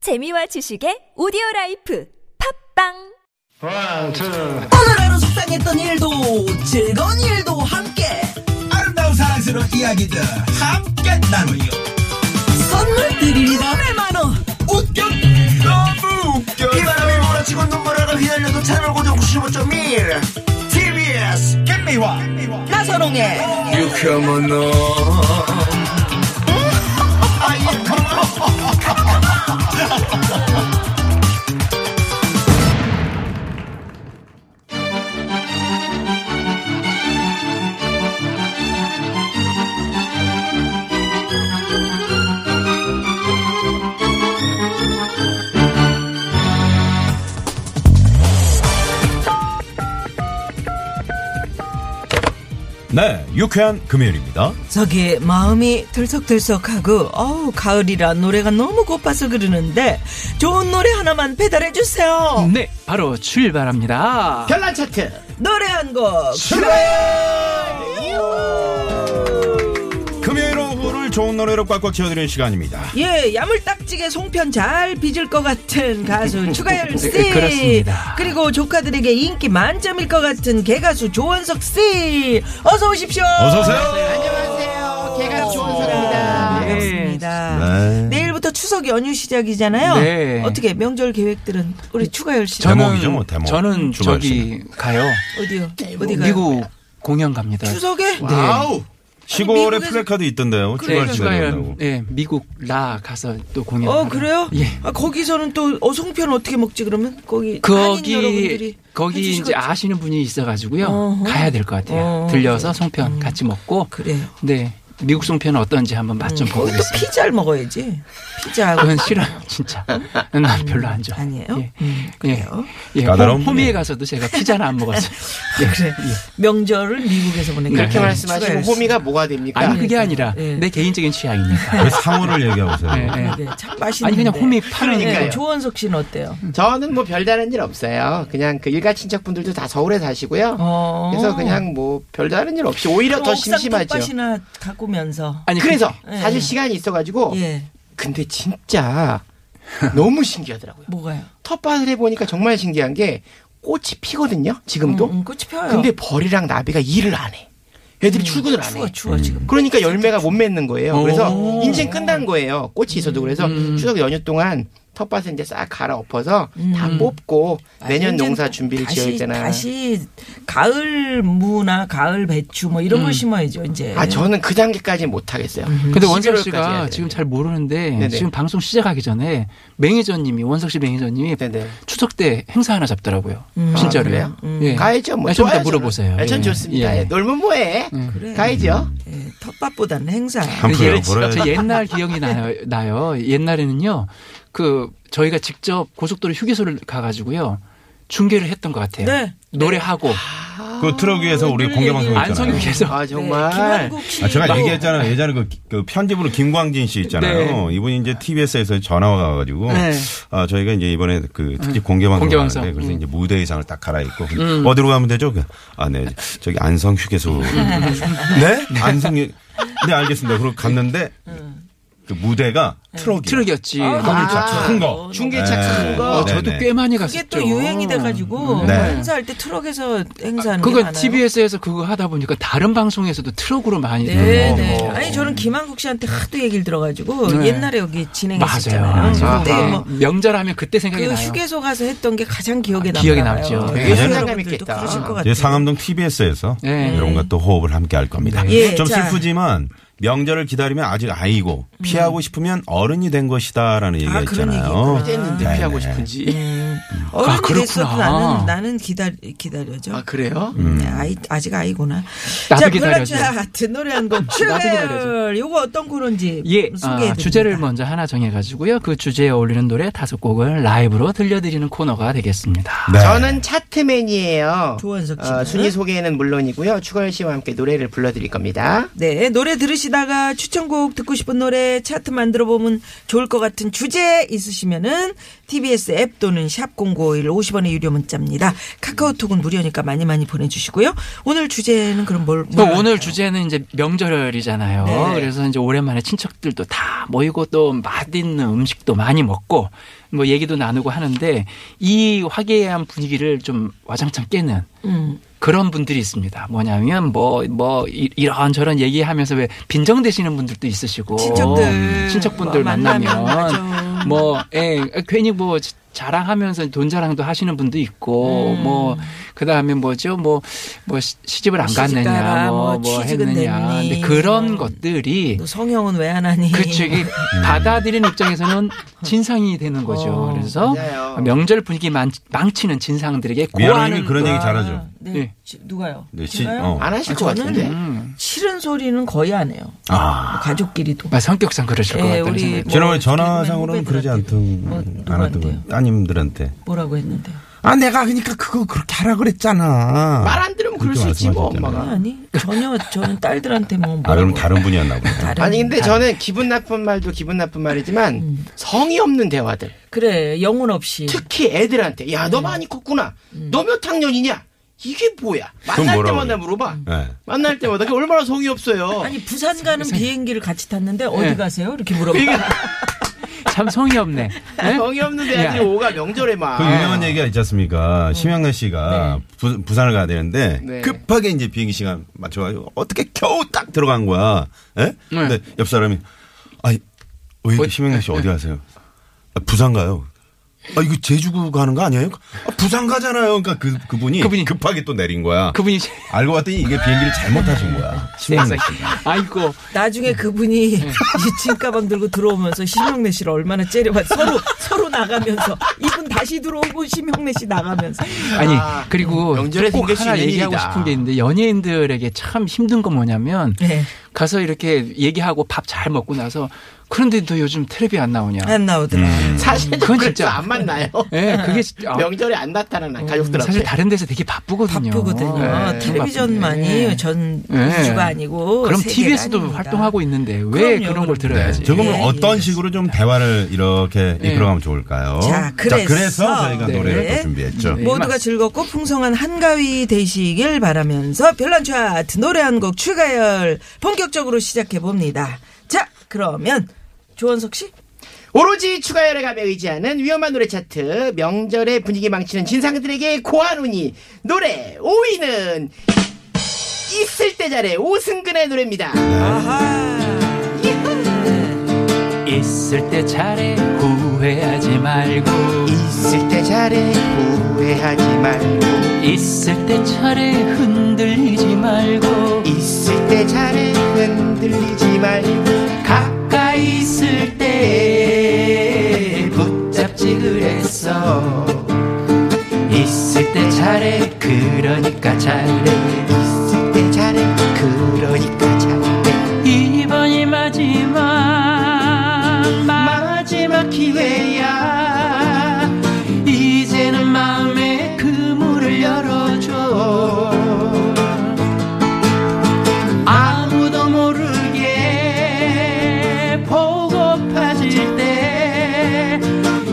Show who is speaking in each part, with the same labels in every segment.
Speaker 1: 재미와 지식의 오디오 라이프 팝빵
Speaker 2: One, two.
Speaker 3: 오늘 하루 속상했던 일도 즐거운 일도 함께
Speaker 4: 아름다운 사랑스러운 이야기들 함께 나누요
Speaker 3: 선물 드립니다 100만원
Speaker 4: 웃겨 너무 웃겨
Speaker 5: 바람이 몰아치고 눈물을 휘날려도 채널 고정 95.1 TBS
Speaker 4: 김미화
Speaker 3: 나선홍의
Speaker 6: 네, 유쾌한 금요일입니다.
Speaker 3: 저기 마음이 들썩들썩하고 어우 가을이라 노래가 너무 고파서 그러는데 좋은 노래 하나만 배달해주세요
Speaker 7: 네, 바로 출발합니다.
Speaker 2: 별난 차트.
Speaker 3: 노래 한곡
Speaker 6: 금요일 오후를 좋은 노래로 꽉꽉 채워드리는 시간입니다.
Speaker 3: 예, 야물딱지게 송편 잘 빚을 것 같은 가수 추가열 씨.
Speaker 7: 그렇습니다.
Speaker 3: 그리고 조카들에게 인기 만점일 것 같은 개가수 조원석 씨. 어서 오십시오.
Speaker 6: 어서 오세요.
Speaker 2: 안녕하세요. 개가 좋은 사람이다.
Speaker 7: 어. 네.
Speaker 3: 반갑습니다. 내일부터 추석 연휴 시작이잖아요.
Speaker 7: 네.
Speaker 3: 어떻게 명절 계획들은 우리 추가열 씨
Speaker 6: 저는- 대목이죠, 뭐, 대목.
Speaker 7: 저는
Speaker 6: 주말
Speaker 7: 저기 가요.
Speaker 3: 어디요? 어디 가요?
Speaker 7: 미국 공연 갑니다.
Speaker 3: 추석에
Speaker 2: 아우.
Speaker 6: 시골에
Speaker 3: 미국에서-
Speaker 6: 플래카드 있던데요.
Speaker 7: 네,
Speaker 6: 출발
Speaker 7: 추가열,
Speaker 6: 출발한다고.
Speaker 7: 예, 미국 라 가서 또 공연.
Speaker 3: 어 그래요?
Speaker 7: 예.
Speaker 3: 아, 거기서는 또 어, 송편 어떻게 먹지 그러면 거기 한인
Speaker 7: 거기
Speaker 3: 여러분들이
Speaker 7: 거기 이제
Speaker 3: 해주시거든요.
Speaker 7: 아시는 분이 있어가지고요.
Speaker 3: 어허.
Speaker 7: 가야 될 것 같아요.
Speaker 3: 어허. 음.
Speaker 7: 들려서 송편 같이 먹고.
Speaker 3: 그래요.
Speaker 7: 네, 미국 송편은 어떤지 한번 맛 좀
Speaker 3: 거기 또
Speaker 7: 보겠습니다.
Speaker 3: 피자를 먹어야지. 피자하고
Speaker 7: 그건 싫어요, 진짜. 난 별로 안 좋아.
Speaker 3: 아니에요?
Speaker 7: 예.
Speaker 3: 음, 그래요?
Speaker 7: 예. 예.
Speaker 6: 까다로운
Speaker 7: 홈- 호미에
Speaker 6: 분이네.
Speaker 7: 가서도 제가 피자는 안 먹었어요. 예.
Speaker 3: 명절을 미국에서 보내고
Speaker 7: 그렇게
Speaker 2: 말씀하시고 호미가 뭐가 됩니까? 예.
Speaker 7: 아니 그게 아니라
Speaker 3: 네.
Speaker 7: 내 개인적인 취향입니다.
Speaker 6: 왜 상호를 얘기하고 있어요?
Speaker 2: 아,
Speaker 7: 예, 예.
Speaker 2: 네.
Speaker 3: 참 맛있는데.
Speaker 7: 아니 그냥 홈이
Speaker 3: 네,
Speaker 7: 파는니까요.
Speaker 3: 조원석 씨는 어때요?
Speaker 2: 저는 뭐 별다른 일 없어요. 그냥 그 일가 친척분들도 다 서울에 사시고요.
Speaker 3: 어.
Speaker 2: 그래서 그냥 뭐 별다른 일 없이 오히려 더 심심하죠.
Speaker 3: 밭이나 가꾸면서.
Speaker 7: 아니
Speaker 2: 그래서
Speaker 3: 예.
Speaker 2: 사실 시간이
Speaker 7: 아,
Speaker 2: 있어가지고
Speaker 3: 예.
Speaker 2: 근데 진짜 너무 신기하더라고요.
Speaker 3: 뭐가요?
Speaker 2: 텃밭을 해보니까 정말 신기한 게 꽃이 피거든요. 지금도.
Speaker 3: 음, 음, 꽃이 펴요.
Speaker 2: 근데 벌이랑 나비가 일을 안 해. 애들이 출근을 안 해.
Speaker 3: 음. 추워 추워 지금.
Speaker 2: 그러니까 열매가 못 맺는 거예요. 그래서
Speaker 7: 오.
Speaker 2: 인생 끝난 거예요. 꽃이 있어도 그래서 추석 연휴 동안 텃밭에 이제 싹 갈아 엎어서
Speaker 3: 음.
Speaker 2: 다 뽑고 내년
Speaker 3: 아, 이제
Speaker 2: 농사 준비를
Speaker 3: 다시,
Speaker 2: 지어야 되나.
Speaker 3: 다시 가을 무나 가을 배추 뭐 이런 걸 심어야죠 이제.
Speaker 2: 음. 아 저는 그 단계까지 못 하겠어요.
Speaker 7: 근데 원석
Speaker 2: 11월까지 해야 돼요.
Speaker 7: 씨가 지금 잘 모르는데
Speaker 2: 네네.
Speaker 7: 지금 방송 시작하기 전에 매니저님이 원석 씨 매니저님이
Speaker 2: 네네.
Speaker 7: 추석 때 행사 하나 잡더라고요. 진짜로.
Speaker 2: 아, 그래요?
Speaker 7: 예.
Speaker 2: 가야죠. 뭐
Speaker 7: 아, 좀 이따
Speaker 2: 좋아요, 저는.
Speaker 7: 물어보세요.
Speaker 2: 아, 전
Speaker 7: 예.
Speaker 2: 좋습니다.
Speaker 7: 예.
Speaker 2: 예. 놀면 뭐해?
Speaker 3: 그래.
Speaker 2: 가야죠.
Speaker 3: 예, 텃밭보다는 행사.
Speaker 2: 아,
Speaker 6: 한
Speaker 7: 근데
Speaker 6: 프로요.
Speaker 7: 그 예를 아, 들어 저 옛날 기억이 나요, 나요. 옛날에는요, 그 저희가 직접 고속도로 휴게소를 가가지고요 중계를 했던 것 같아요.
Speaker 3: 네.
Speaker 7: 노래하고
Speaker 6: 그 트럭 위에서 우리 공개 방송
Speaker 7: 안성이
Speaker 6: 했잖아요.
Speaker 7: 위에서
Speaker 2: 아 정말.
Speaker 3: 네, 김한국 씨.
Speaker 6: 아, 제가 얘기했잖아요. 예전에 그, 그 편집으로 김광진 씨 있잖아요. 이분이 이제 TBS에서 전화가 와가지고
Speaker 7: 네.
Speaker 6: 아, 저희가 이제 이번에 그 특집 공개
Speaker 7: 공개
Speaker 6: 방송을
Speaker 7: 방송.
Speaker 6: 하는데 그래서 이제 무대 의상을 딱 갈아입고 어디로 가면 되죠? 그, 아, 네. 저기 안성 휴게소. 네? 안성 휴- 네, 알겠습니다. 그리고 갔는데 그 무대가 트럭이
Speaker 7: 트럭이었지.
Speaker 2: 아.
Speaker 6: 큰 거. 네.
Speaker 2: 중계차 큰 네. 거.
Speaker 7: 어, 저도
Speaker 6: 네네.
Speaker 7: 꽤 많이
Speaker 3: 이게
Speaker 7: 갔었죠.
Speaker 3: 또 유행이
Speaker 2: 음.
Speaker 3: 돼가지고
Speaker 6: 네.
Speaker 3: 행사할 때 트럭에서 행사하는 게
Speaker 7: 그거
Speaker 3: 많아요.
Speaker 7: TBS에서 그거 하다 보니까 다른 방송에서도 트럭으로 많이
Speaker 3: 네,
Speaker 2: 음.
Speaker 7: 나오고.
Speaker 3: 네. 아니 저는 김한국 씨한테 하도 얘기를 들어가지고
Speaker 7: 네.
Speaker 3: 옛날에 여기
Speaker 7: 맞아요.
Speaker 3: 진행했었잖아요.
Speaker 7: 맞아요.
Speaker 3: 그때 뭐
Speaker 7: 명절하면 그때 생각이
Speaker 3: 그
Speaker 7: 나요.
Speaker 3: 휴게소 가서 했던 게 가장 기억에
Speaker 7: 아,
Speaker 3: 남나
Speaker 7: 기억에 남죠.
Speaker 2: 네.
Speaker 7: 되게
Speaker 2: 소장감 있겠다.
Speaker 3: 그러실 것
Speaker 6: 이제
Speaker 3: 같아요.
Speaker 6: 예, 상암동 TBS에서
Speaker 7: 네.
Speaker 6: 이런 것도 호흡을 함께 할 겁니다.
Speaker 3: 예,
Speaker 6: 좀
Speaker 3: 자.
Speaker 6: 슬프지만 명절을 기다리면 아직 아이고 피하고 싶으면 어른이 된 것이다라는 얘기가
Speaker 3: 아, 그런
Speaker 6: 있잖아요.
Speaker 3: 얘기 있구나.
Speaker 2: 했는데
Speaker 6: 네,
Speaker 2: 피하고
Speaker 6: 네.
Speaker 2: 싶은지. 예,
Speaker 3: 어른이
Speaker 7: 아, 그렇구나.
Speaker 3: 됐어도 나는 나는 기다려 기다려죠.
Speaker 2: 아 그래요?
Speaker 3: 네, 아이 아직 아이구나.
Speaker 7: 음. 나도
Speaker 3: 자,
Speaker 7: 기다려줘.
Speaker 3: 별난 하트 노래 한곡
Speaker 7: 기다려줘.
Speaker 3: 출발. 요거 어떤 코너인지
Speaker 7: 예,
Speaker 3: 소개해
Speaker 7: 아, 주제를 먼저 하나 정해가지고요. 그 주제에 어울리는 노래 다섯 곡을 라이브로 들려드리는 코너가 되겠습니다.
Speaker 6: 네.
Speaker 2: 저는 차트맨이에요.
Speaker 3: 조원석
Speaker 2: 어,
Speaker 3: 씨는?
Speaker 2: 순위 소개는 물론이고요. 추가열 씨와 함께 노래를 불러드릴 겁니다.
Speaker 3: 네, 노래 들으시다가 추천곡 듣고 싶은 노래 차트 만들어 보면 좋을 것 같은 주제 있으시면은 TBS 앱 또는 샵 #051 50원의 유료 문자입니다. 카카오톡은 무료니까 많이 많이 보내주시고요. 오늘 주제는 그럼 뭘?
Speaker 7: 또
Speaker 3: 뭘
Speaker 7: 오늘
Speaker 3: 할까요?
Speaker 7: 주제는 이제 명절이잖아요.
Speaker 3: 네.
Speaker 7: 그래서 이제 오랜만에 친척들도 다 모이고 또 맛있는 음식도 많이 먹고 뭐 얘기도 나누고 하는데 이 화기애애한 분위기를 좀 와장창 깨는
Speaker 3: 음.
Speaker 7: 그런 분들이 있습니다. 뭐냐면 뭐, 뭐, 이- 이런저런 얘기하면서 왜 빈정되시는 분들도 있으시고.
Speaker 3: 친척들.
Speaker 7: 어, 친척분들
Speaker 3: 뭐 만나면 맞아.
Speaker 7: 만나면. 뭐, 예, 괜히 뭐 자랑하면서 돈 자랑도 하시는 분도
Speaker 3: 음.
Speaker 7: 있고, 뭐, 그 다음에 뭐죠, 뭐, 뭐 시- 시집을 안
Speaker 3: 시집 가라,
Speaker 7: 갔느냐, 뭐,
Speaker 3: 뭐
Speaker 7: 뭐
Speaker 3: 취직은
Speaker 7: 했느냐.
Speaker 3: 됐니.
Speaker 7: 근데 그런
Speaker 3: 음.
Speaker 7: 것들이
Speaker 3: 너 성형은 왜 안 하니?
Speaker 7: 예. 그렇죠. 이게 받아들이는 입장에서는 진상이 되는 거죠.
Speaker 3: 어,
Speaker 7: 그래서
Speaker 2: 맞아요.
Speaker 7: 명절 분위기 망, 망치는 진상들에게
Speaker 6: 위아래님이
Speaker 7: 고하는
Speaker 6: 그런 얘기
Speaker 3: 아,
Speaker 6: 잘하죠.
Speaker 3: 네.
Speaker 7: 예.
Speaker 3: 지- 누가요?
Speaker 6: 네, 지-
Speaker 3: 제가요?
Speaker 6: 어.
Speaker 2: 안 하실
Speaker 3: 아,
Speaker 2: 것
Speaker 3: 저는
Speaker 2: 같은데.
Speaker 6: 음.
Speaker 3: 싫은 소리는 거의 안 해요.
Speaker 6: 아.
Speaker 3: 가족끼리도.
Speaker 7: 막 성격상 그러실 것
Speaker 3: 예,
Speaker 7: 같다는
Speaker 3: 우리
Speaker 7: 생각이
Speaker 3: 뭐
Speaker 6: 지난번에
Speaker 3: 후배들한테
Speaker 6: 전화상으로는 그러지 않던,
Speaker 3: 뭐
Speaker 6: 안
Speaker 3: 누구한테요?
Speaker 6: 했던 거예요. 따님들한테.
Speaker 3: 뭐라고 했는데요?
Speaker 6: 아, 내가 그러니까 그거 그렇게 하라 그랬잖아.
Speaker 2: 말 안 들으면 그럴 수 있지 뭐
Speaker 6: 말씀하셨잖아요.
Speaker 2: 엄마가.
Speaker 3: 아니 전혀 저는 딸들한테 뭐.
Speaker 6: 아, 그럼
Speaker 3: 뭐라고
Speaker 6: 다른 분이었나 보다.
Speaker 3: 다른-
Speaker 2: 아니 근데 저는 기분 나쁜 말도 기분 나쁜 말이지만
Speaker 6: 음.
Speaker 2: 성의 없는 대화들
Speaker 3: 그래 영혼 없이.
Speaker 2: 특히 애들한테 야
Speaker 6: 음.
Speaker 2: 너 많이 컸구나 너 몇 학년이냐 이게 뭐야 만날
Speaker 6: 뭐라고
Speaker 2: 때마다
Speaker 6: 음. 그래요?
Speaker 2: 물어봐
Speaker 6: 네.
Speaker 2: 만날 때마다 그게 얼마나 성의 없어요
Speaker 3: 아니 부산 가는 비행기를 같이 탔는데 어디
Speaker 7: 예.
Speaker 3: 가세요? 이렇게 물어봐.
Speaker 7: 참 성의 없네. 예?
Speaker 2: 성의 없는 대화들이 오가 명절에 막
Speaker 6: 그 유명한 얘기가 있지 않습니까? 심양래 씨가 부, 부산을 가야 되는데
Speaker 2: 네.
Speaker 6: 급하게 이제 비행기 시간 맞춰가지고 어떻게 겨우 딱 들어간 거야. 예? 근데 옆 사람이 아니 왜 이렇게
Speaker 7: 어,
Speaker 6: 심양래 씨 어디 가세요? 아, 부산 가요. 아 이거 제주구 가는 거 아니에요? 아, 부산 가잖아요. 그러니까 그 그분이,
Speaker 7: 그분이-
Speaker 6: 급하게 또 내린 거야.
Speaker 7: 그분이 네,
Speaker 6: 알고 봤더니 이게 비행기를 잘못하신 거야. 심양래 씨가.
Speaker 7: 아이고
Speaker 3: 나중에 그분이
Speaker 7: 예.
Speaker 3: 이 짐가방 들고 들어오면서 심형래 씨를 얼마나 째려봤 서로 서로 나가면서 이분 다시 들어오고 심형래 씨 나가면서
Speaker 7: 아니 그리고
Speaker 2: 명절에
Speaker 7: 꼭
Speaker 2: 생길 수
Speaker 7: 하나
Speaker 2: 있는
Speaker 7: 얘기하고
Speaker 2: 일이다.
Speaker 7: 싶은 게 있는데 연예인들에게 참 힘든 건 뭐냐면
Speaker 3: 네.
Speaker 7: 가서 이렇게 얘기하고 밥 잘 먹고 나서 그런데 너 요즘 텔레비 안 나오냐?
Speaker 3: 안 나오더라.
Speaker 6: 음.
Speaker 2: 사실은
Speaker 7: 그건
Speaker 2: 그래서
Speaker 7: 진짜.
Speaker 2: 안 만나요
Speaker 7: 예, 그게 진짜- 아,
Speaker 2: 명절에 안 나타나나
Speaker 6: 음,
Speaker 2: 가족들 앞에
Speaker 7: 사실 다른 데서 되게 바쁘거든요.
Speaker 3: 바쁘거든요. 아,
Speaker 7: 예,
Speaker 3: 텔레비전만이
Speaker 7: 바쁜데.
Speaker 3: 전
Speaker 7: 예.
Speaker 3: 우주가 아니고
Speaker 7: 그럼
Speaker 3: 세계가
Speaker 7: TV에서도
Speaker 3: 아닙니다.
Speaker 7: 활동하고 있는데
Speaker 3: 그럼요,
Speaker 7: 왜그런걸
Speaker 3: 그럼요.
Speaker 7: 들어야지?
Speaker 6: 조금은
Speaker 3: 예,
Speaker 6: 네. 어떤
Speaker 3: 예,
Speaker 6: 식으로 좀 대화를 이렇게
Speaker 7: 예.
Speaker 6: 이끌어가면 좋을까요?
Speaker 3: 자, 그래서-
Speaker 6: 저희가
Speaker 7: 네.
Speaker 6: 노래를 또 준비했죠.
Speaker 7: 네.
Speaker 3: 모두가
Speaker 7: 맞습니다.
Speaker 3: 즐겁고 풍성한 한가위 되시길 바라면서 별난 차트 노래 한 곡 추가열 본격적으로 시작해 봅니다. 자, 그러면 조원석 씨
Speaker 2: 오로지 추가열에 감에 의지하는 위험한 노래 차트 명절의 분위기 망치는 진상들에게 고한운이 노래 5위는 있을 때 잘해 오승근의 노래입니다
Speaker 3: 아하.
Speaker 7: 있을 때 잘해 후회하지 말고
Speaker 2: 있을 때 잘해 후회하지 말고
Speaker 7: 있을 때 차례 흔들리지 말고
Speaker 2: 있을 때 잘해 흔들리지 말고
Speaker 7: 가까이 있을 때 붙잡지 그랬어 있을 때 잘해 그러니까 잘해
Speaker 2: 있을 때 잘해 그러니까 잘해
Speaker 7: 이번이 마지막 마지막 기회야 이제는 마음의 그물을 열어줘 아무도 모르게 보고파질 때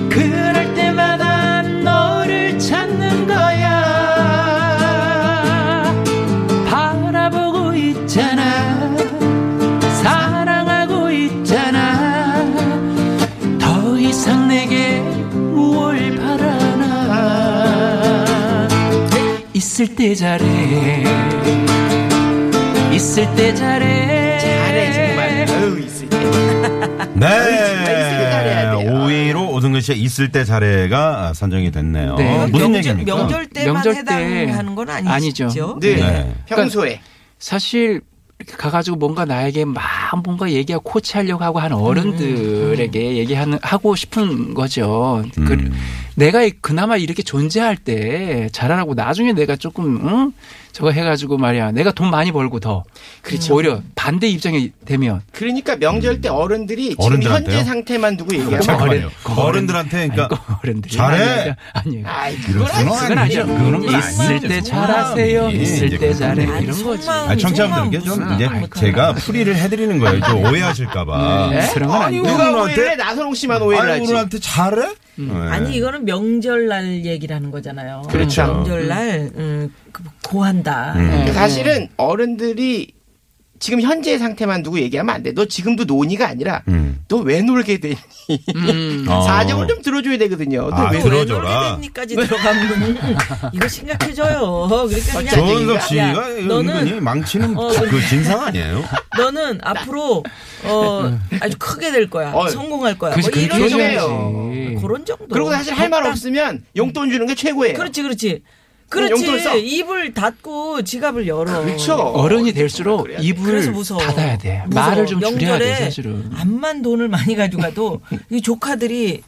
Speaker 7: 그럴 때마다 너를 찾는 거야 바라보고 있잖아 사랑하고 있잖아 더 이상 내게 뭘 바라나 있을 때 잘해 있을 때 잘해
Speaker 2: 잘해 정말 어우 있을 때 있을 때 잘해야
Speaker 6: 네.
Speaker 2: 돼요.
Speaker 6: 5위로 네. 오승근 씨의 있을 때 잘해가 선정이 됐네요.
Speaker 7: 네.
Speaker 6: 무슨
Speaker 3: 명절-
Speaker 6: 얘기입니까?
Speaker 3: 명절 때만
Speaker 7: 명절 때
Speaker 3: 해당하는 건 아니시죠?
Speaker 7: 아니죠.
Speaker 2: 네.
Speaker 6: 네.
Speaker 2: 평소에
Speaker 7: 사실 이렇게 가가지고 뭔가 나에게 막 뭔가 얘기하고
Speaker 2: 음.
Speaker 7: 코치하려고 하고 하는 어른들에게 얘기하는 하고 싶은 거죠. 그,
Speaker 6: 음.
Speaker 7: 내가 이- 그나마 이렇게 존재할 때 잘하라고 나중에 내가 조금 응? 저거 해가지고 말이야 내가 돈 많이 벌고 더 그렇죠. 오히려 반대 입장이 되면
Speaker 2: 그러니까 명절 때 어른들이 지금
Speaker 6: 어른들한테요?
Speaker 2: 현재 상태만 두고 얘기하고
Speaker 6: 잠깐만요. 어른들한테 그러니까
Speaker 7: 어른들이
Speaker 6: 잘해.
Speaker 7: 아니에요.
Speaker 2: 아이 그건
Speaker 7: 그건 아니죠. 있을 때 잘하세요.
Speaker 6: 예,
Speaker 7: 있을
Speaker 6: 이제
Speaker 7: 때
Speaker 6: 그런
Speaker 7: 잘해.
Speaker 6: 거지.
Speaker 7: 이런 거지.
Speaker 6: 아, 청취자분들께 좀 이제 제가 풀이를 해드리는 거예요. 좀 오해하실까봐.
Speaker 7: 네? 그런 건 아니고.
Speaker 2: 누가
Speaker 6: 어른한테?
Speaker 2: 오해를 해? 나선홍 씨만 오해를
Speaker 6: 아니,
Speaker 2: 하지.
Speaker 6: 오늘한테 잘해? 네.
Speaker 3: 아니 이거는 명절날 얘기라는 거잖아요.
Speaker 6: 그렇죠. 음.
Speaker 3: 명절날 음, 그, 고한다. 음.
Speaker 2: 그러니까 사실은 어른들이 지금 현재의 상태만 두고 얘기하면 안 돼. 너 지금도 논의가 아니라
Speaker 6: 음.
Speaker 2: 너 왜 놀게 되니?
Speaker 6: 어.
Speaker 2: 사정을 좀 들어줘야 되거든요. 너
Speaker 6: 아,
Speaker 2: 왜
Speaker 3: 왜
Speaker 2: 놀-
Speaker 6: 들어줘라.
Speaker 3: 까지 들어가면 이거 심각해져요. 그러니까 그냥
Speaker 6: 조은석
Speaker 3: 야,
Speaker 6: 씨가 은근히
Speaker 3: 너는
Speaker 6: 망치는
Speaker 3: 어,
Speaker 6: 그 진상 아니에요?
Speaker 3: 너는 앞으로
Speaker 6: 음.
Speaker 3: 어 아주 크게 될 거야.
Speaker 2: 어이.
Speaker 3: 성공할 거야.
Speaker 7: 그래서
Speaker 3: 뭐
Speaker 7: 그렇게
Speaker 3: 이런
Speaker 2: 해줘야지.
Speaker 3: 정도. 그런 정도.
Speaker 2: 그리고 사실 할 말
Speaker 3: 적당.
Speaker 2: 없으면 용돈 주는 게 최고예요.
Speaker 3: 그렇지,
Speaker 7: 음,
Speaker 3: 그렇지.
Speaker 2: 그럼 용돈을 써.
Speaker 3: 그렇지. 입을 닫고 지갑을 열어.
Speaker 2: 그렇죠.
Speaker 7: 어른이 될수록 입을
Speaker 3: 그래서 무서워.
Speaker 7: 닫아야 음, 돼.
Speaker 3: 무서워.
Speaker 7: 말을 좀 줄여야
Speaker 3: 명절에
Speaker 7: 돼 사실은.
Speaker 3: 암만 돈을 많이 가져가도 이 조카들이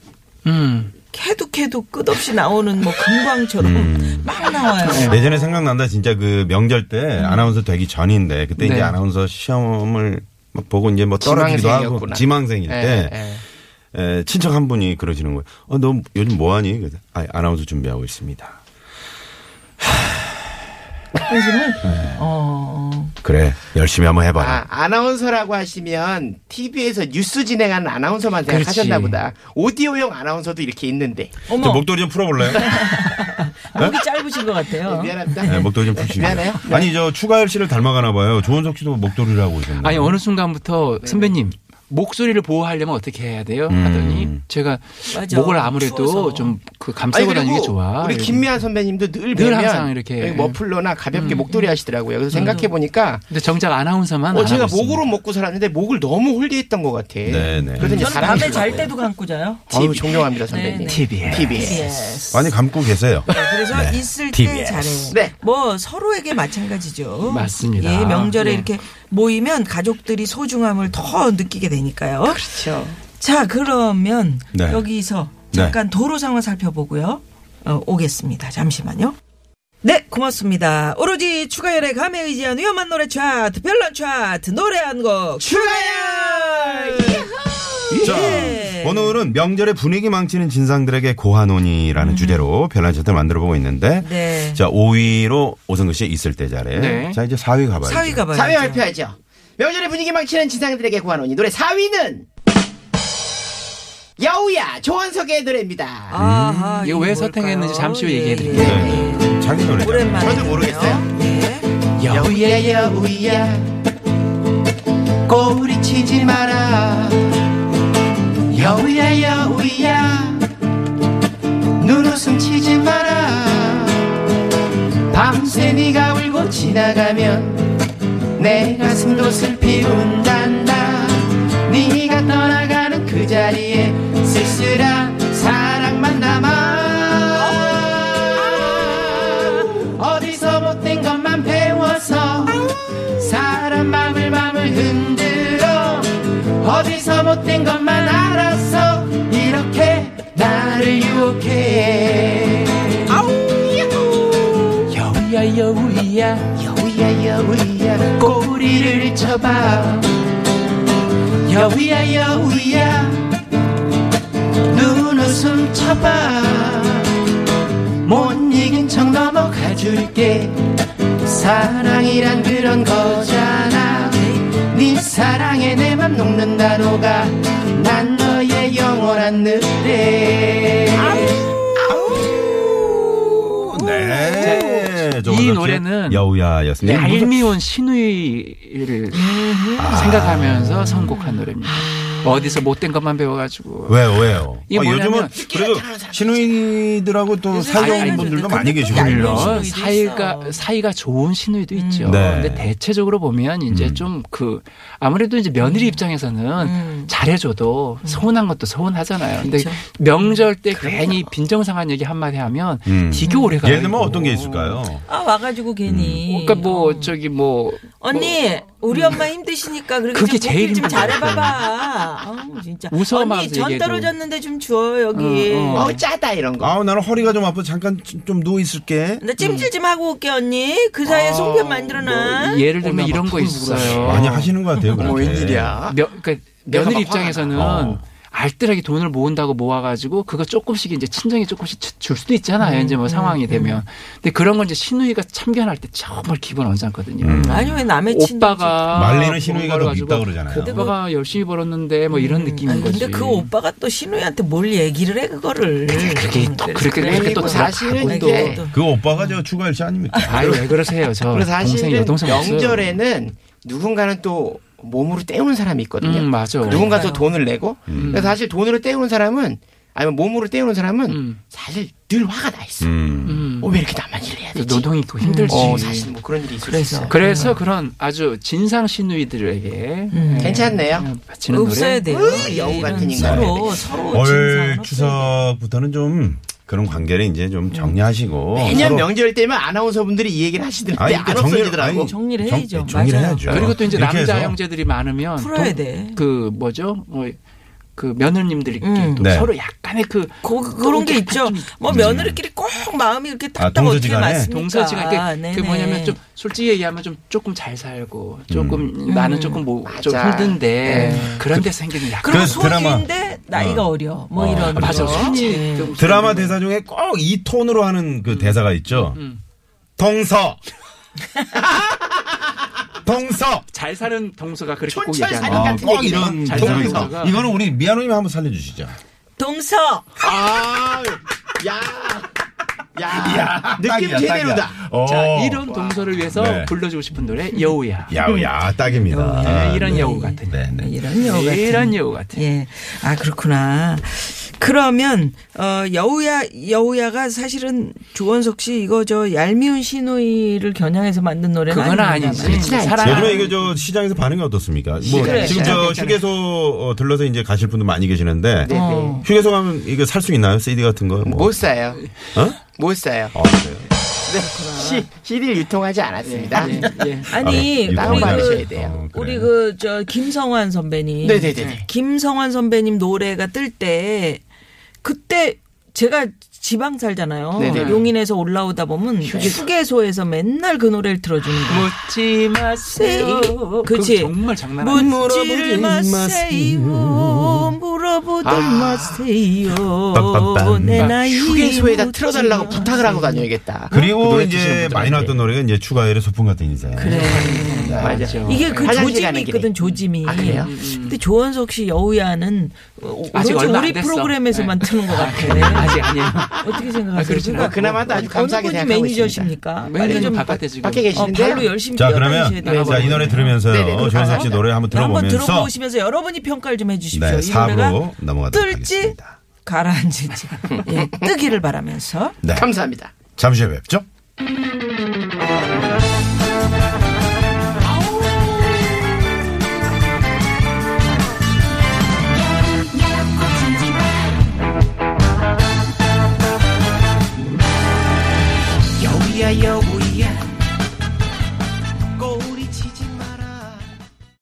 Speaker 7: 음.
Speaker 3: 캐도 캐도 끝없이 나오는 뭐 금광처럼
Speaker 6: 음.
Speaker 3: 막 나와요.
Speaker 2: 네.
Speaker 6: 예전에 생각난다 진짜 그 명절 때
Speaker 2: 음.
Speaker 6: 아나운서 되기 전인데 그때
Speaker 7: 네.
Speaker 6: 이제 아나운서 시험을 막 보고 이제 뭐 떨어지기도 하고
Speaker 2: 지망생이었구나.
Speaker 6: 지망생일
Speaker 2: 예,
Speaker 6: 때
Speaker 2: 예.
Speaker 6: 에, 친척 한 분이 그러시는 거예요. 어, 너 요즘 뭐 하니? 그래서 아, 아나운서 준비하고 있습니다.
Speaker 3: 요즘은 어.
Speaker 6: 네. 그래 열심히 한번 해봐라.
Speaker 2: 아, 아나운서라고 하시면 TV에서 뉴스 진행하는 아나운서만
Speaker 7: 그렇지.
Speaker 2: 생각하셨나 보다. 오디오용 아나운서도 이렇게 있는데.
Speaker 3: 어머
Speaker 6: 저 목도리 네? 좀 풀어볼래요?
Speaker 2: 네.
Speaker 3: 목이 짧으신 것 같아요.
Speaker 7: 어.
Speaker 2: 미안합니다.
Speaker 7: 뭐
Speaker 6: 네, 목도리 좀 푸시고.
Speaker 2: 미안해요.
Speaker 6: 아니 저 추가열 씨를 닮아가나 봐요. 조원석 씨도 목도리를 하고 있었는데.
Speaker 2: 음.
Speaker 7: 아니 어느 순간부터
Speaker 2: 네.
Speaker 7: 선배님 목소리를 보호하려면 어떻게 해야 돼요? 하더니 제가
Speaker 3: 맞아.
Speaker 7: 목을 아무래도
Speaker 3: 추워서.
Speaker 7: 좀 그
Speaker 2: 아니
Speaker 7: 감싸고 다니는
Speaker 2: 그리고
Speaker 7: 게 좋아. 예.
Speaker 2: 우리 김미아 선배님도
Speaker 7: 늘
Speaker 2: 늘, 뵈면
Speaker 7: 항상 이렇게. 예. 음.
Speaker 2: 여기 머플러나 가볍게 목도리 하시더라고요. 그래서 생각해 보니까
Speaker 7: 근데 정작 아나운서만
Speaker 2: 어
Speaker 7: 안 음. 하고
Speaker 2: 제가
Speaker 7: 있습니다.
Speaker 2: 목으로 먹고 살았는데 목을 너무 홀리했던 것 같아.
Speaker 6: 네네.
Speaker 2: 그래서 이제
Speaker 3: 전
Speaker 2: 사랑이
Speaker 3: 밤에 잘
Speaker 2: 들더라고요.
Speaker 3: 때도 감고 자요.
Speaker 2: 아유 존경합니다
Speaker 3: 네,
Speaker 2: 선배님.
Speaker 3: 네.
Speaker 7: TV에.
Speaker 2: TBS.
Speaker 3: 예스.
Speaker 6: 많이 감고 계세요.
Speaker 3: 그래서 있을 때
Speaker 6: TBS.
Speaker 3: 잘해.
Speaker 2: 네.
Speaker 3: 뭐 서로에게 마찬가지죠.
Speaker 7: 맞습니다.
Speaker 3: 예, 명절에
Speaker 7: 네.
Speaker 3: 이렇게 모이면 가족들이 소중함을 더 느끼게 되니까요.
Speaker 2: 그렇죠.
Speaker 3: 자, 그러면
Speaker 6: 네.
Speaker 3: 여기서 잠깐 도로 상황 살펴보고요. 어, 오겠습니다. 잠시만요. 네, 고맙습니다. 오로지 추가열의 감에 의지한 위험한 노래 차트, 별난 차트, 노래 한 곡. 추가열!
Speaker 6: 자,
Speaker 3: 예.
Speaker 6: 오늘은 명절의 분위기 망치는 진상들에게 고한온이라는 주제로 별난 차트 만들어보고 있는데
Speaker 3: 네.
Speaker 6: 자 5위로 오성근 씨 있을 때 잘해.
Speaker 7: 네.
Speaker 6: 자 이제 4위 가봐요.
Speaker 3: 4위 가봐요.
Speaker 2: 사회 발표하죠. 명절의 분위기 망치는 지상들에게 구하노니 노래 4위는 여우야 조원석의 노래입니다.
Speaker 3: 음. 아하,
Speaker 7: 이거 왜
Speaker 3: 뭘까요?
Speaker 7: 선택했는지 잠시 후에
Speaker 3: 예,
Speaker 7: 얘기해
Speaker 3: 예,
Speaker 7: 드릴게요.
Speaker 3: 예.
Speaker 6: 네, 자기 노래.
Speaker 3: 오랜만에.
Speaker 2: 저도 모르겠어요.
Speaker 3: 예.
Speaker 2: 뭐- 여우야 여우야 꼬리 치지 마라 여우야 여우야 눈웃음 치지 마라 밤새 네가 울고 지나가면 내 가슴도 슬피 운단다 네가 떠나가는 그 자리에 쓸쓸한 사랑만 남아 어디서 못된 것만 배워서 사람 마음을 마음을 흔들어 어디서 못된 것만 알았어 이렇게 나를 유혹해
Speaker 7: 여우야 여우야
Speaker 2: 여우야 여우야 꼬리를 쳐봐
Speaker 7: 네,
Speaker 2: 네, 여우야 여우야 눈웃음 쳐봐 못 이긴 척 넘어가줄게 사랑이란 그런 거잖아 네 사랑에 내 맘 녹는 단어가 난 너의 영원한 노래
Speaker 6: 네.
Speaker 7: 이
Speaker 6: 조원석
Speaker 7: 노래는 네,
Speaker 6: 씨의 여우야였습니다.
Speaker 7: 얄미운 신우이를
Speaker 2: 음.
Speaker 7: 생각하면서 선곡한 노래입니다.
Speaker 2: 아.
Speaker 7: 뭐 어디서 못된 것만 배워가지고
Speaker 6: 왜요, 왜요?
Speaker 7: 이게
Speaker 6: 아,
Speaker 7: 뭐냐면
Speaker 6: 요즘은 그래도 신우이들하고 또 사귀는
Speaker 3: 아이들도
Speaker 6: 분들도
Speaker 3: 근데
Speaker 6: 많이
Speaker 3: 또
Speaker 6: 계시고
Speaker 3: 얄미운
Speaker 6: 물론.
Speaker 7: 물론
Speaker 3: 신우이도 음. 있어.
Speaker 7: 사이가 사이가 좋은 신우이도 있죠.
Speaker 6: 네. 음.
Speaker 7: 근데 대체적으로 보면 이제 좀 그 아무래도 이제
Speaker 3: 음.
Speaker 7: 며느리 입장에서는 잘해줘도 서운한 것도 서운하잖아요. 근데
Speaker 3: 그렇죠. 그쵸.
Speaker 7: 명절 때 괜히 빈정상한 얘기 한마디 하면
Speaker 6: 음.
Speaker 7: 되게 오래 가요.
Speaker 6: 예를 들면 어떤 게 있을까요?
Speaker 7: 음. 뭐.
Speaker 3: 아, 와가지고 괜히.
Speaker 7: 그러니까 뭐 저기 뭐
Speaker 3: 언니 우리 엄마 힘드시니까 그렇게 좀
Speaker 7: 그게 제일
Speaker 3: 제일 좀
Speaker 7: 힘든
Speaker 3: 잘해봐봐. 아우 진짜.
Speaker 7: 웃어봐,
Speaker 3: 언니 전
Speaker 7: 얘기해도.
Speaker 3: 떨어졌는데 좀 줘 여기.
Speaker 7: 어,
Speaker 2: 어 짜다 이런 거.
Speaker 6: 아우 나는 허리가 좀 아파 잠깐 좀- 좀 누워 있을게.
Speaker 3: 나 찜질 좀 하고 올게 언니. 그 사이에 송편 만들어놔.
Speaker 7: 아, 뭐 예를 들면 이런 거 있어요.
Speaker 6: 많이 하시는 것 같아요.
Speaker 2: 뭐
Speaker 6: 그렇게.
Speaker 2: 웬일이야.
Speaker 7: 며, 그러니까 며느리
Speaker 2: 내가 막 화가
Speaker 7: 입장에서는
Speaker 6: 어.
Speaker 7: 알뜰하게 돈을 모은다고 모아가지고 그거 조금씩 이제 친정에 조금씩 주- 줄 수도
Speaker 6: 음,
Speaker 7: 있잖아요. 이제 뭐 상황이 되면. 근데 그런 건 이제 시누이가 참견할 때 정말 기분 언짢거든요.
Speaker 3: 아니 왜 남의 친지.
Speaker 7: 오빠가
Speaker 6: 음. 말리는
Speaker 7: 돈
Speaker 6: 시누이가 더
Speaker 7: 아, 벌어가지고
Speaker 6: 밉다 그러잖아요.
Speaker 7: 오빠가 열심히 벌었는데 뭐 이런 느낌인 거지.
Speaker 3: 근데 그 오빠가 또 신우이한테 뭘 얘기를 해 그거를.
Speaker 7: 그게 또 그렇게 그렇게 또
Speaker 2: 그리고 사실은
Speaker 7: 사실은 또
Speaker 2: 이게
Speaker 3: 또.
Speaker 6: 그 오빠가 저 추가일시 아닙니까?
Speaker 7: 아유 왜 그러세요 저
Speaker 2: 그리고
Speaker 7: 어, 동생이
Speaker 2: 사실은
Speaker 7: 여동생 없어요.
Speaker 2: 명절에는 누군가는 또 몸으로 때우는 사람이 있거든요.
Speaker 7: 음 맞아.
Speaker 2: 누군가 또 돈을 내고
Speaker 6: 음.
Speaker 2: 그래서 사실 돈으로 때우는 사람은 아니면 몸으로 때우는 사람은
Speaker 7: 음.
Speaker 2: 사실 늘 화가 나 있어.
Speaker 6: 음.
Speaker 7: 음.
Speaker 2: 어, 왜 이렇게 나만 질려야 되지?
Speaker 7: 노동이 또 힘들지.
Speaker 2: 어, 사실 뭐 그런 일이 있을 수 있어.
Speaker 7: 그래서 그런 아주 진상 시누이들에게 예.
Speaker 2: 괜찮네요.
Speaker 7: 바치는
Speaker 3: 없어야
Speaker 7: 노래.
Speaker 3: 돼요.
Speaker 2: 으, 여우 같은
Speaker 3: 이런
Speaker 2: 인간.
Speaker 3: 서로 서로
Speaker 6: 올
Speaker 3: 진상
Speaker 6: 추석부터는 좀 그런 관계를 이제 좀 정리하시고
Speaker 2: 매년
Speaker 6: 서로-
Speaker 2: 명절 때면 아나운서분들이 이 얘기를 하시던데
Speaker 6: 어, 아니,
Speaker 2: 안
Speaker 6: 그러니까 정리를-
Speaker 2: 없어지더라고.
Speaker 6: 아니,
Speaker 3: 정리를
Speaker 6: 정-
Speaker 3: 해야죠.
Speaker 6: 정리를
Speaker 3: 맞아요.
Speaker 6: 해야죠.
Speaker 7: 그리고 또 이제
Speaker 6: 네. 이렇게
Speaker 7: 남자
Speaker 6: 해서
Speaker 7: 형제들이 많으면
Speaker 3: 풀어야
Speaker 7: 동-
Speaker 3: 돼.
Speaker 7: 그 뭐죠? 뭐, 그 며느님들끼리
Speaker 3: 음.
Speaker 7: 또
Speaker 6: 네.
Speaker 7: 서로 약간의 그
Speaker 3: 고, 그런 게 있죠. 뭐 며느리끼리 꼭 마음이 이렇게 딱딱 어떻게
Speaker 6: 아, 동서지간에?
Speaker 3: 맞습니까?
Speaker 7: 동서지간 그,
Speaker 3: 아, 네네.
Speaker 7: 그 뭐냐면 좀 솔직히 얘기하면 좀 조금 잘 살고 조금
Speaker 3: 음.
Speaker 7: 나는 조금 뭐 좀
Speaker 2: 맞아.
Speaker 7: 힘든데 그런 데서 생기는 약간
Speaker 3: 그리고
Speaker 6: 그 드라마-
Speaker 3: 소인데 나이가
Speaker 6: 어.
Speaker 3: 어. 려뭐
Speaker 6: 어,
Speaker 3: 이런
Speaker 7: 아, 맞아
Speaker 3: 거. 예. 네.
Speaker 7: 손이 좀
Speaker 6: 드라마 대사 중에 꼭 이 톤으로 하는 그 대사가 있죠. 동서 동서
Speaker 7: 잘 사는 동서가 그렇게 꼭
Speaker 2: 촌철
Speaker 7: 얘기하는
Speaker 2: 살인
Speaker 7: 거.
Speaker 6: 아,
Speaker 2: 같은
Speaker 6: 꼭
Speaker 2: 얘기네.
Speaker 6: 이런
Speaker 7: 잘
Speaker 6: 대사가
Speaker 7: 살고
Speaker 6: 있어.
Speaker 7: 있다가.
Speaker 6: 이거는 우리 미아노님 한번 살려주시죠.
Speaker 3: 동서.
Speaker 2: 아, 야, 야, 느낌
Speaker 6: 딱이야,
Speaker 2: 제대로다.
Speaker 6: 딱이야. 어.
Speaker 7: 자, 이런 동서를 위해서
Speaker 6: 네.
Speaker 7: 불러주고 싶은 노래 여우야.
Speaker 6: 야우야 딱입니다.
Speaker 7: 네, 이런 여우 같은.
Speaker 6: 아, 네, 네.
Speaker 3: 이런 여우 같은.
Speaker 7: 이런 여우 같은.
Speaker 3: 예. 아 그렇구나. 그러면 어 여우야 여우야가 사실은 조원석 씨 이거 저 얄미운 시누이를 겨냥해서 만든 노래는
Speaker 7: 그건
Speaker 3: 아닙니다.
Speaker 7: 아니지.
Speaker 2: 그렇진 않지.
Speaker 7: 사랑.
Speaker 6: 요즘에 이게 저 시장에서 반응이 어떻습니까? 뭐
Speaker 2: 그래,
Speaker 6: 지금
Speaker 2: 시장
Speaker 6: 저
Speaker 2: 괜찮아요.
Speaker 6: 휴게소 어, 들러서 이제 가실 분들 많이 계시는데
Speaker 2: 네, 네.
Speaker 7: 어.
Speaker 6: 휴게소 가면 이거 살 수 있나요? CD 같은 거? 뭐.
Speaker 2: 못 사요.
Speaker 6: 어?
Speaker 2: 못 사요.
Speaker 6: 아, 그래요?
Speaker 2: 시, CD를 유통하지 않았습니다. 네,
Speaker 7: 예, 예.
Speaker 3: 아니
Speaker 6: 아,
Speaker 3: 우리
Speaker 2: 다운 받으셔야
Speaker 3: 그
Speaker 2: 돼요.
Speaker 6: 어, 그래.
Speaker 3: 우리 그 저 김성환 선배님.
Speaker 2: 네네네네.
Speaker 3: 김성환 선배님 노래가 뜰 때 그때 제가 지방 살잖아요.
Speaker 2: 네네.
Speaker 3: 용인에서 올라오다 보면 휴게소. 에서 맨날 그 노래를 틀어주는 거예요.
Speaker 7: 묻지 마세요. 네. 그거
Speaker 3: 그치?
Speaker 7: 정말 장난 아니야.
Speaker 3: 묻지를 마세요. 물어보들 마세요.
Speaker 6: 빰빰빰.
Speaker 3: 내
Speaker 6: 막
Speaker 3: 나이
Speaker 2: 아. 그러니까 휴게소에다
Speaker 3: 묻지
Speaker 2: 틀어달라고
Speaker 3: 마-
Speaker 2: 부탁을 하고 다녀야겠다.
Speaker 6: 그리고
Speaker 2: 그 노래 드시는
Speaker 6: 이제
Speaker 2: 분들한테.
Speaker 6: 많이 나왔던 노래가 이제 추가열의 소풍 같은 인생.
Speaker 3: 그래.
Speaker 2: 맞아.
Speaker 3: 이게 그
Speaker 2: 화장실
Speaker 3: 조짐이
Speaker 2: 가는 길에.
Speaker 3: 있거든 조짐이. 음.
Speaker 2: 아, 그래요?
Speaker 3: 근데 조원석 씨 여우야는
Speaker 7: 아직
Speaker 3: 아직
Speaker 7: 얼마 안
Speaker 3: 우리
Speaker 7: 됐어.
Speaker 3: 프로그램에서만
Speaker 7: 네.
Speaker 3: 트는 것
Speaker 7: 네,
Speaker 3: 같아.
Speaker 7: 아직 아니에요.
Speaker 3: 어떻게 생각하세요?
Speaker 7: 아, 그렇진
Speaker 3: 누가
Speaker 7: 않아요.
Speaker 2: 그나마도 아주
Speaker 3: 어느
Speaker 2: 감사하게
Speaker 3: 분이
Speaker 2: 생각하고
Speaker 3: 매니저십니까?
Speaker 7: 왜 이렇게
Speaker 3: 좀
Speaker 7: 바깥에 지금
Speaker 2: 밖에
Speaker 3: 어,
Speaker 2: 계신데.
Speaker 3: 발로 열심히
Speaker 6: 자
Speaker 3: 뛰어다니셔야
Speaker 6: 그러면
Speaker 3: 돼요.
Speaker 6: 자 이 노래
Speaker 2: 네네,
Speaker 6: 들으면서
Speaker 2: 그렇게
Speaker 6: 조현석 씨
Speaker 2: 하겠습니다.
Speaker 6: 노래
Speaker 3: 한번
Speaker 6: 한번 들어보면서
Speaker 3: 들어보시면서 여러분이 평가를 좀 해주십시오.
Speaker 6: 네
Speaker 3: 이 노래가
Speaker 6: 4부로 넘어가도록
Speaker 3: 뜰지
Speaker 6: 하겠습니다.
Speaker 3: 가라앉을지 예, 뜨기를 바라면서.
Speaker 6: 네.
Speaker 2: 감사합니다.
Speaker 6: 잠시 후에 뵙죠.